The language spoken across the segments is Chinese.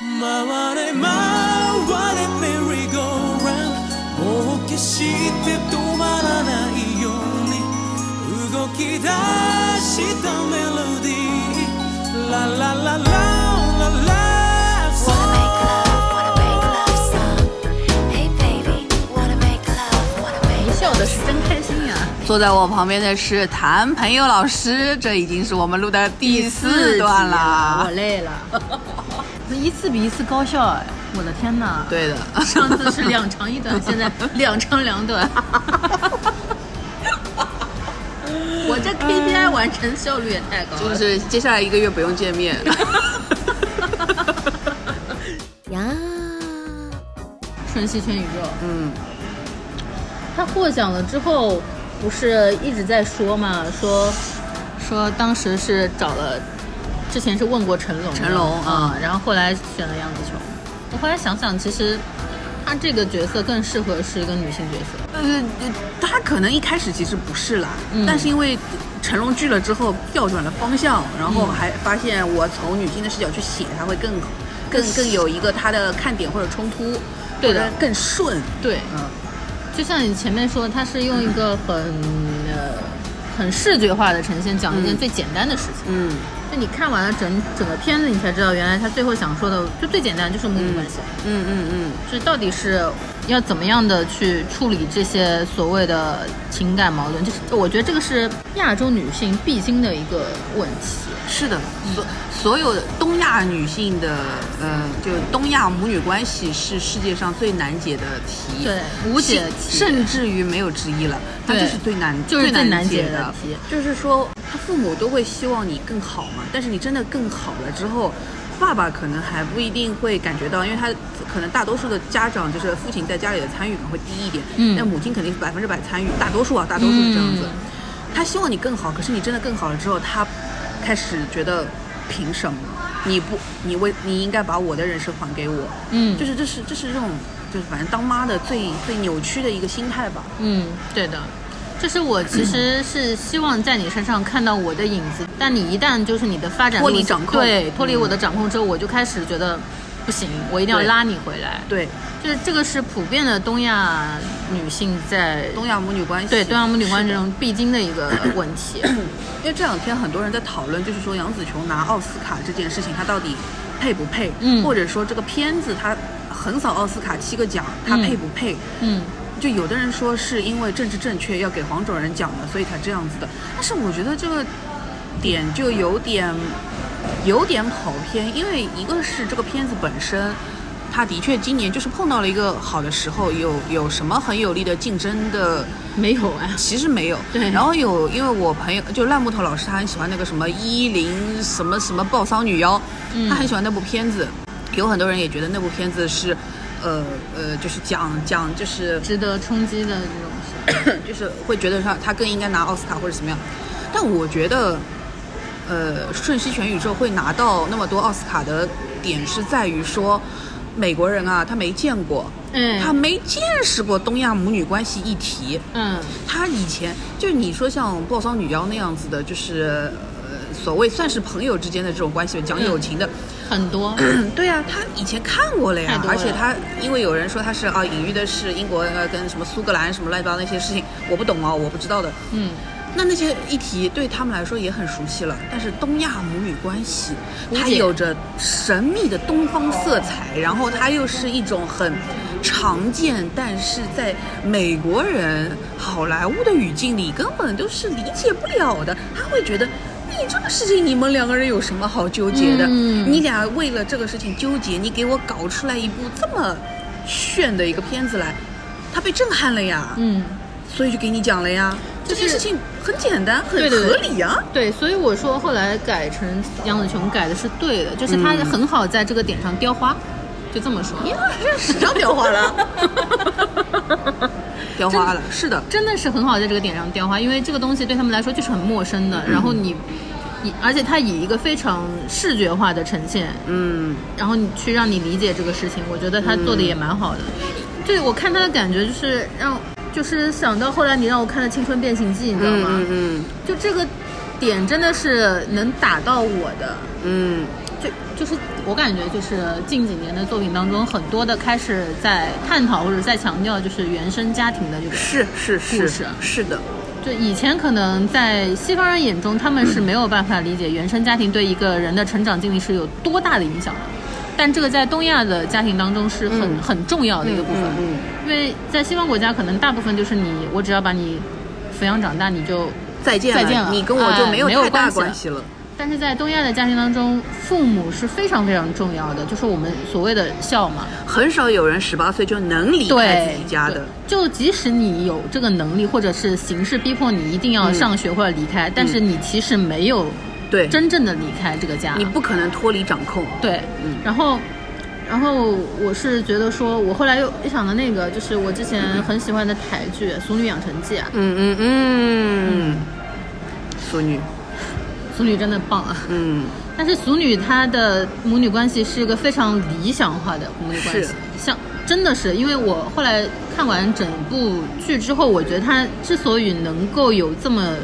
回れ回れメリーゴーランもう決して止まらないように動き出したメロディーララララララ Wanna make love, wanna make love song. Hey baby, wanna make love, wanna make 你 love. 笑的是真开心啊呀、坐在我旁边的是谭朋友老师，这已经是我们录的第四段我了。累了，一次比一次高效哎，我的天哪！，对的，上次是两长一 短，现在两长两短。我这 KPI 完成效率也太高了，就是接下来一个月不用见面。呀，瞬息全宇宙。嗯，他获奖了之后，不是一直在说嘛，说说当时是找了，之前是问过成龙的，成龙啊、嗯然后后来选了杨紫琼。我后来想想，其实他这个角色更适合是一个女性角色，呃，他可能一开始其实不是啦，嗯但是因为成龙剧了之后调转了方向，然后还发现我从女性的视角去写，他会更更更有一个他的看点或者冲突，对的或者更顺。对，嗯，就像你前面说，他是用一个很呃很视觉化的呈现，讲一件嗯最简单的事情。嗯，就你看完了整整个片子，你才知道原来他最后想说的，就最简单就是母女关系。嗯嗯嗯，这到底是要怎么样的去处理这些所谓的情感矛盾？就是我觉得这个是亚洲女性必经的一个问题。是的，所所有的东亚女性的，呃，就东亚母女关系是世界上最难解的题，对无解甚题甚至于没有之一了，它对就是最难，就是最最难解解的的题。就是说，他父母都会希望你更好嘛，但是你真的更好了之后。爸爸可能还不一定会感觉到，因为他可能大多数的家长就是父亲在家里的参与感会低一点，嗯但母亲肯定是百分之百参与，大多数啊，大多数是这样子。嗯他希望你更好，可是你真的更好了之后，他开始觉得凭什么？你不，你为你应该把我的人生还给我，嗯就是这是这是这种就是反正当妈的最最扭曲的一个心态吧。嗯，对的。就是我其实是希望在你身上看到我的影子，但你一旦就是你的发展脱离路掌控对，嗯脱离我的掌控之后，我就开始觉得不行，我一定要对拉你回来。对，就是这个是普遍的东亚女性在东亚母女关系，对东亚母女关系是的中必经的一个问题。 因为这两天很多人在讨论，就是说杨紫琼拿奥斯卡这件事情，她到底配不配？嗯或者说这个片子她横扫奥斯卡七个奖，她嗯配不配？嗯，就有的人说是因为政治正确要给黄种人讲的，所以才这样子的。但是我觉得这个点就有点有点跑偏，因为一个是这个片子本身，它的确今年就是碰到了一个好的时候，有有什么很有力的竞争的。没有啊。其实没有，对然后有，因为我朋友就烂木头老师，他很喜欢那个什么一零什么什么爆丧女妖，嗯他很喜欢那部片子。有很多人也觉得那部片子是，呃呃，就是讲讲就是值得冲击的这种事。就是会觉得他他更应该拿奥斯卡或者怎么样。但我觉得，呃，瞬息全宇宙会拿到那么多奥斯卡的点是在于说，美国人啊，他没见过，嗯他没见识过东亚母女关系议题。嗯他以前就是你说像暴骚女妖那样子的，就是呃所谓算是朋友之间的这种关系，讲友情的。很 多， 对啊，他以前看过了太呀，多了而且他因为有人说他是啊，隐喻的是英国呃跟什么苏格兰什么乱七八糟那些事情，我不懂哦，我不知道的。嗯，那那些议题对他们来说也很熟悉了，但是东亚母女关系，无解它有着神秘的东方色彩，然后它又是一种很常见，但是在美国人好莱坞的语境里根本都是理解不了的，他会觉得。你这个事情，你们两个人有什么好纠结的？嗯你俩为了这个事情纠结，你给我搞出来一部这么炫的一个片子来，他被震撼了呀！嗯，所以就给你讲了呀。就是这件事情很简单，很对对对合理啊呀、 对，所以我说后来改成杨紫琼改的是对的，就是她嗯很好在这个点上雕花，就这么说。呀，这史上雕花了， 雕花了，是的，真的是很好在这个点上雕花，因为这个东西对他们来说就是很陌生嗯的。然后你，你而且它以一个非常视觉化的呈现，嗯，然后你去让你理解这个事情，我觉得他做的也蛮好的。对我看他的感觉就是让，就是想到后来你让我看的《青春变形记》，你知道吗？嗯就这个点真的是能打到我的，嗯嗯就就是我感觉就是近几年的作品当中，很多的开始在探讨或者在强调就是原生家庭的这个是是故是事是的，就以前可能在西方人眼中，他们是没有办法理解原生家庭对一个人的成长经历是有多大的影响的，但这个在东亚的家庭当中是很、嗯很重要的一个部分，嗯嗯因为在西方国家可能大部分就是你，我只要把你抚养长大，你就再见了，再见了你跟我就哎没有没有太关大系关了系了。但是在东亚的家庭当中，父母是非常非常重要的，就是我们所谓的孝嘛。很少有人十八岁就能离开对自己家对的。就即使你有这个能力，或者是形势逼迫你一定要嗯上学或者离开，但是你其实没有对，真正的离开这个家。你不可能脱离掌控。对，嗯然后，然后我是觉得说，我后来又想到那个，就是我之前很喜欢的台剧《俗女养成记》啊，嗯嗯嗯，淑女，俗女真的棒啊！嗯，但是俗女她的母女关系是一个非常理想化的母女关系是，像真的是因为我后来看完整部剧之后，我觉得她之所以能够有这么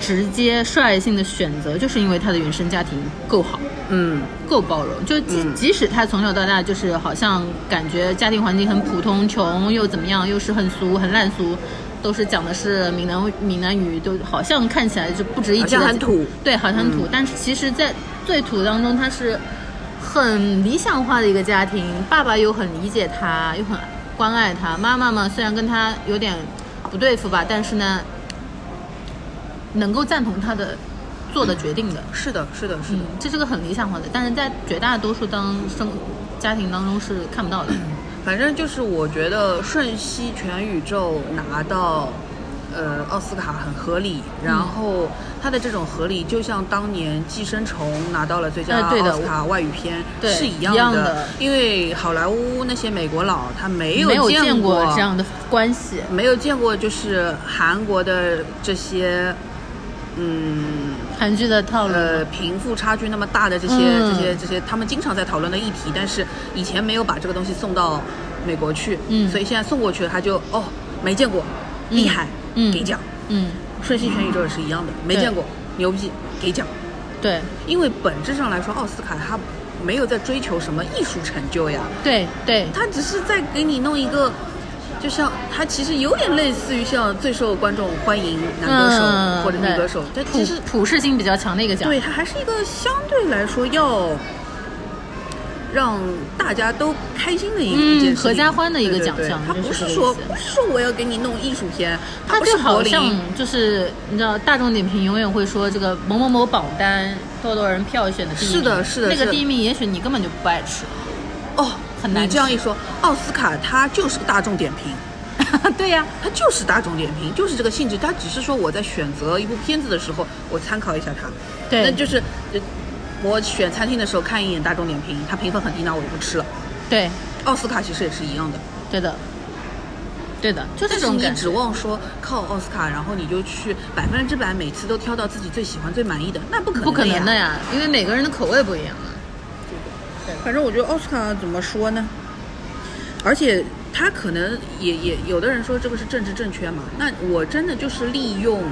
直接率性的选择，就是因为她的原生家庭够好。嗯，够包容，就即嗯即使她从小到大就是好像感觉家庭环境很普通，穷又怎么样，又是很俗很烂俗，都是讲的是闽南闽南语，都好像看起来就不值一好提像的，很土嗯对，好像很土，但是其实，在最土当中，她是很理想化的一个家庭，爸爸又很理解她，又很关爱她，妈妈嘛虽然跟她有点不对付吧，但是呢，能够赞同她的做的决定的。是的，是的，是嗯的。，这是个很理想化的，但是在绝大多数当生家庭当中是看不到 的。反正就是我觉得《瞬息全宇宙》拿到。呃，奥斯卡很合理，然后它的这种合理，就像当年《寄生虫》拿到了最佳呃对的奥斯卡外语片对是一样一样的因为好莱坞那些美国佬他没没有见见过这样的关系，没有见过就是韩国的这些，嗯韩剧的套路。呃贫富差距那么大的这些、嗯这些这些，他们经常在讨论的议题，但是以前没有把这个东西送到美国去，嗯所以现在送过去了，他就哦没见过，嗯厉害，嗯给奖。嗯，瞬息全宇宙也是一样的，没对见过，牛逼，给奖。对因为本质上来说，奥斯卡它没有在追求什么艺术成就呀，对对，他只是在给你弄一个，就像他其实有点类似于像最受观众欢迎男歌手、嗯或者女歌手，对但普其实普适性比较强的一个奖。对他还是一个相对来说要让大家都开心的一嗯一件事情合家欢的一个对对奖对项他真不是是这个说意思不是说我要给你弄艺术片，它它不就是柏好像林。就是你知道，大众点评永远会说这个某某某榜单多少多少人票选的第一名，是的是的那是个的第一名也许你根本就不爱吃。哦，很难你这样吃一说，奥斯卡它就是个大众点评， 对呀、它就是大众点评，就是这个性质。它只是说我在选择一部片子的时候，我参考一下它。对，那就是呃我选餐厅的时候看一眼大众点评，它评分很低，那我就不吃了。对奥斯卡其实也是一样的，对的，对的，就但这是种你感觉指。望说靠奥斯卡，然后你就去百分之百每次都挑到自己最喜欢、最满意的，那不可能不可能的呀。呀，因为每个人的口味不一样啊。反正我觉得奥斯卡怎么说呢？而且他可能也也有的人说这个是政治正确嘛，那我真的就是利用，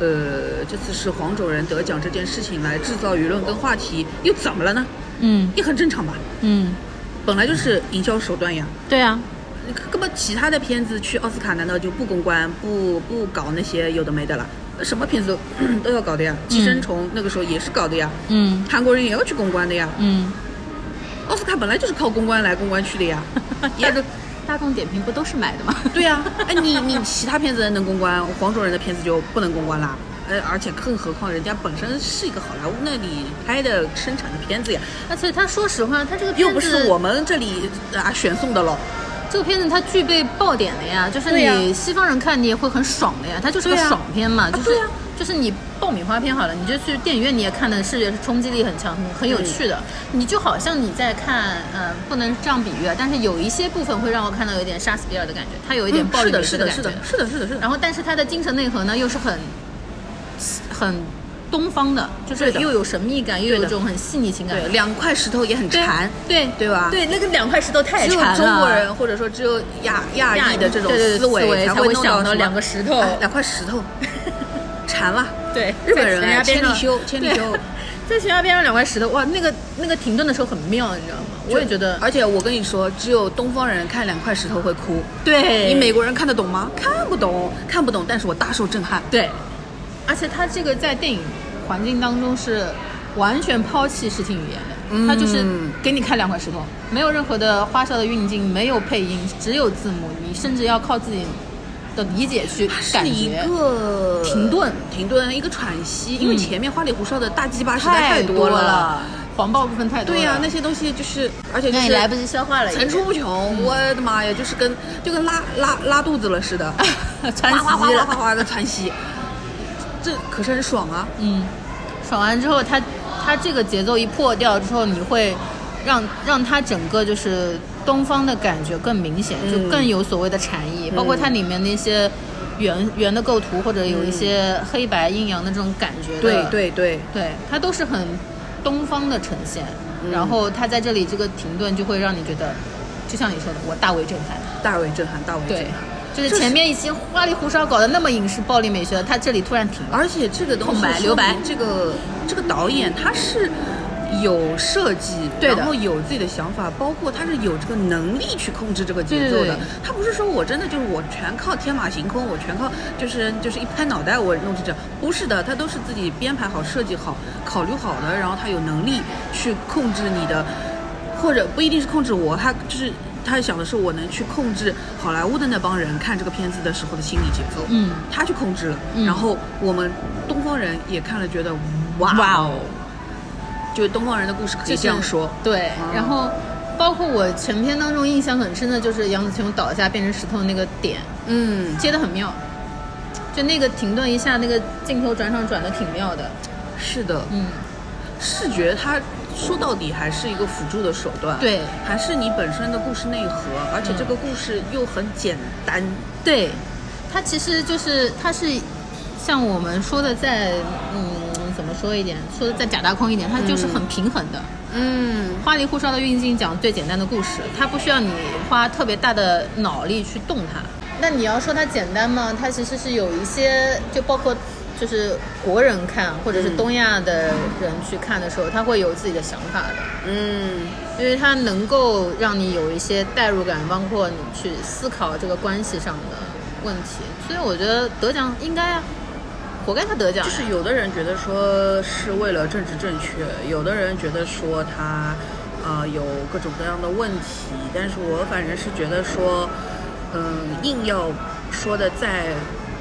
呃，这次是黄种人得奖这件事情来制造舆论跟话题，又怎么了呢？嗯也很正常吧，嗯，本来就是营销手段呀。对啊，那么其他的片子去奥斯卡难道就不公关、不不搞那些有的没的了？什么片子都 都要搞的呀，《寄生虫》那个时候也是搞的呀，嗯韩国人也要去公关的呀。嗯，奥斯卡本来就是靠公关来公关去的 呀，大也众大众点评不都是买的吗？ 对呀、哎，你你其他片子能公关，黄种人的片子就不能公关啦。呃，而且更何况人家本身是一个好莱坞那里拍的生产的片子呀，而且他说实话，他这个片又子不是我们这里啊选送的喽。这个片子它具备爆点的呀，就是对呀啊你西方人看你也会很爽的呀，它就是个对呀爽片嘛，啊就是、对呀就是你爆米花片好了，你就去电影院你也看的视觉冲击力很强，很有趣的，嗯你就好像你在看，呃，不能这样比喻，啊，但是有一些部分会让我看到有点杀死比尔的感觉，它有一点嗯暴力是美的，式是的的，感觉，是的，是的，是的，是的。然后，但是它的精神内核呢，又是很很东方的，就是对的又有神秘感，又有这种很细腻情感。对，两块石头也很对馋。对对啊吧对，那个两块石头太只有馋了。中国人或者说只有亚亚裔的这种对对对思思维维才会会弄想到到什么两个石头哎两块石头，馋了。 对 日本人在人啊哎家边千里上修千里对修在悬崖边上两块石头，哇，那个那个停顿的时候很妙，你知道吗？ 我也觉得，而且我跟你说，只有东方人看两块石头会哭，对你美国人看得懂吗？看不懂，看不懂，但是我大受震撼。对，而且他这个在电影环境当中是完全抛弃视听语言的，嗯他就是给你看两块石头，没有任何的花哨的运镜，没有配音，只有字幕，你甚至要靠自己的理解去感啊是一觉。个停顿，停顿，一个喘息，因为嗯前面花里胡哨的大鸡巴实在太多了，黄暴部分太多了。对呀、那些东西就是，而且就让是你来不及消化了已经，层 出不穷。我的妈呀，就是跟就跟拉拉拉肚子了似 的，窜哗哗哗稀哗了哗哗的窜稀，这可是很爽啊！嗯，爽完之后，它它这个节奏一破掉之后，你会让让它整个就是东方的感觉更明显，嗯就更有所谓的禅意，包括它里面那些圆圆的构图，或者有一些黑白阴阳的这种感觉的对对对，对，它都是很东方的呈现。嗯然后它在这里这个停顿，就会让你觉得，就像你说的，我大为震撼。大为震撼，大为震对撼。，就是这是前面一些花里胡哨搞得那么影视暴力美学的，它这里突然停了。而且这个东空西白说明留白这个这个导演他是有设计，对的然后有自己的想法，包括他是有这个能力去控制这个节对对奏的。对他不是说我真的就是我全靠天马行空，我全靠就是就是一拍脑袋我弄成这样，不是的，他都是自己编排好、设计好、考虑好的，然后他有能力去控制你的，或者不一定是控制我，他就是。他想的是我能去控制好莱坞的那帮人看这个片子的时候的心理节奏，嗯他去控制了，嗯然后我们东方人也看了，觉得哇哇哦，就是东方人的故事可以就是这样说，对嗯，然后包括我全片当中印象很深的就是杨紫琼倒下变成石头的那个点，嗯，接的很妙。就那个停顿一下，那个镜头转场转的挺妙的。是的，嗯，视觉它说到底还是一个辅助的手段，对，还是你本身的故事内核，而且这个故事又很简单，对，它其实就是它是像我们说的在嗯怎么说一点，说的再假大空一点，它就是很平衡的。嗯，花里胡哨的运镜讲最简单的故事，它不需要你花特别大的脑力去动它。那你要说它简单吗？它其实是有一些，就包括就是国人看或者是嗯东亚的人去看的时候，他会有自己的想法的，嗯，因为它能够让你有一些代入感，包括你去思考这个关系上的问题。所以我觉得得奖应该啊，活该他得奖就呀。是有的人觉得说是为了政治正确，有的人觉得说他啊、呃有各种各样的问题，但是我反正是觉得说，嗯、硬要说的再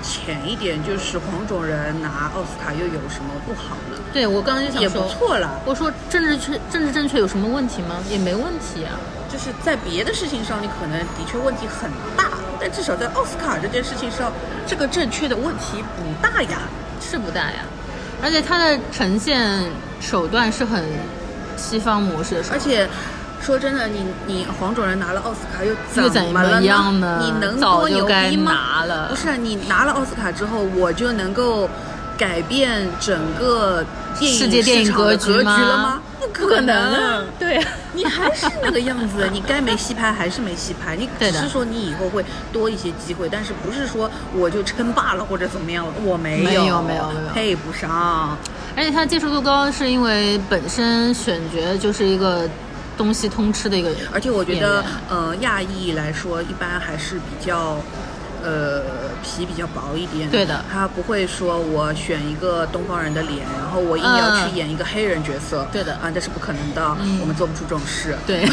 浅一点，就是黄种人拿奥斯卡又有什么不好呢？对我刚刚就想也说不，错啦，我说政治确政治正确有什么问题吗？也没问题啊。就是在别的事情上你可能的确问题很大，但至少在奥斯卡这件事情上，这个正确的问题不大呀。是不大呀，而且它的呈现手段是很西方模式的手而段，且说真的，你你黄种人拿了奥斯卡又怎又怎么了么样呢你能早多就牛该逼吗？拿了不是啊、你拿了奥斯卡之后，我就能够改变整个电影世界电影市场的格局格局了吗吗？不可能啊啊！对啊，你还是那个样子，你该没戏拍还是没戏拍，你对只的是说你以后会多一些机会，但是不是说我就称霸了或者怎么样了？我没没有有，没有没有配不上。而且它接受度高是因为本身选角就是一个东西通吃的一个人，而且我觉演得员，呃，亚裔来说，一般还是比较，呃，皮比较薄一点。对的他不会说我选一个东方人的脸，然后我硬要嗯去演一个黑人角色。对的嗯啊，这是不可能的，我们做不出这种 事。 对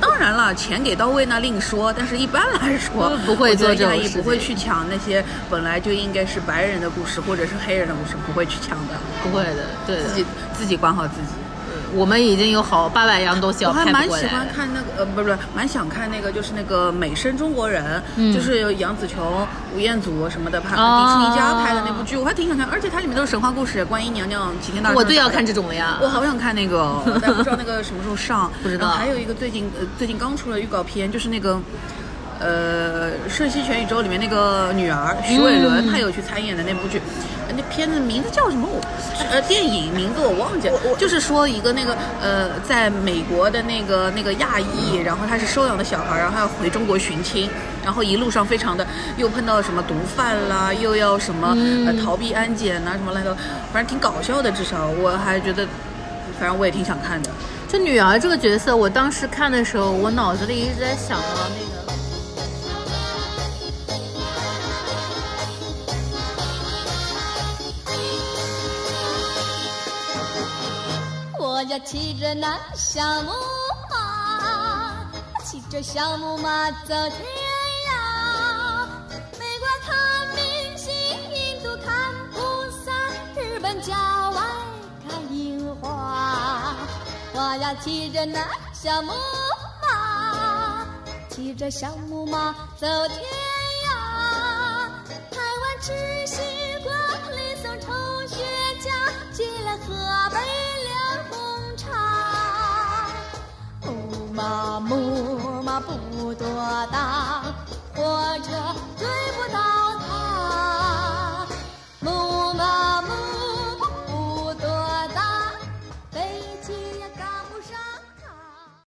当然了，钱给到位那另说，但是一般来说 不会我觉做得这种亚裔事不会情去抢那些本来就应该是白人的故事或者是黑人的故事，不会去抢的，不会的，对的自己自己管好自己。我们已经有好八百样东西要我还拍蛮不过喜来欢了。看那个，呃，不是不是，蛮想看那个，就是那个《美声中国人》嗯就是有杨紫琼、吴彦祖什么的拍、哦迪士尼家拍的那部剧，我还挺想看，而且它里面都是神话故事，观音娘娘、齐天大圣。我最要看这。种了呀，我好想看 那个哦，但不知道那个什么时候上。不知道然后还有一个最近呃最近刚出了预告片，就是那个呃《瞬息全宇宙》里面那个女儿徐伟伦，嗯她有去参演的那部剧，那片子名字叫什么？我呃，电影名字我忘记了，就是说一个那个呃，在美国的那个那个亚裔，然后他是收养的小孩，然后他要回中国寻亲，然后一路上非常的又碰到了什么毒贩啦，又要什么、呃逃避安检呐、什么来着，反正挺搞笑的，至少我还觉得，反正我也挺想看的。就女儿这个角色，我当时看的时候，我脑子里一直在想啊，那个我家骑着那小木马，骑着小木马走天涯。美国看明星，印度看菩萨，日本郊外看樱花。我呀骑着那小木马，骑着小木马走天涯。台湾吃西瓜，北送抽雪茄，进来喝杯凉红哦茶。木马木马不多大，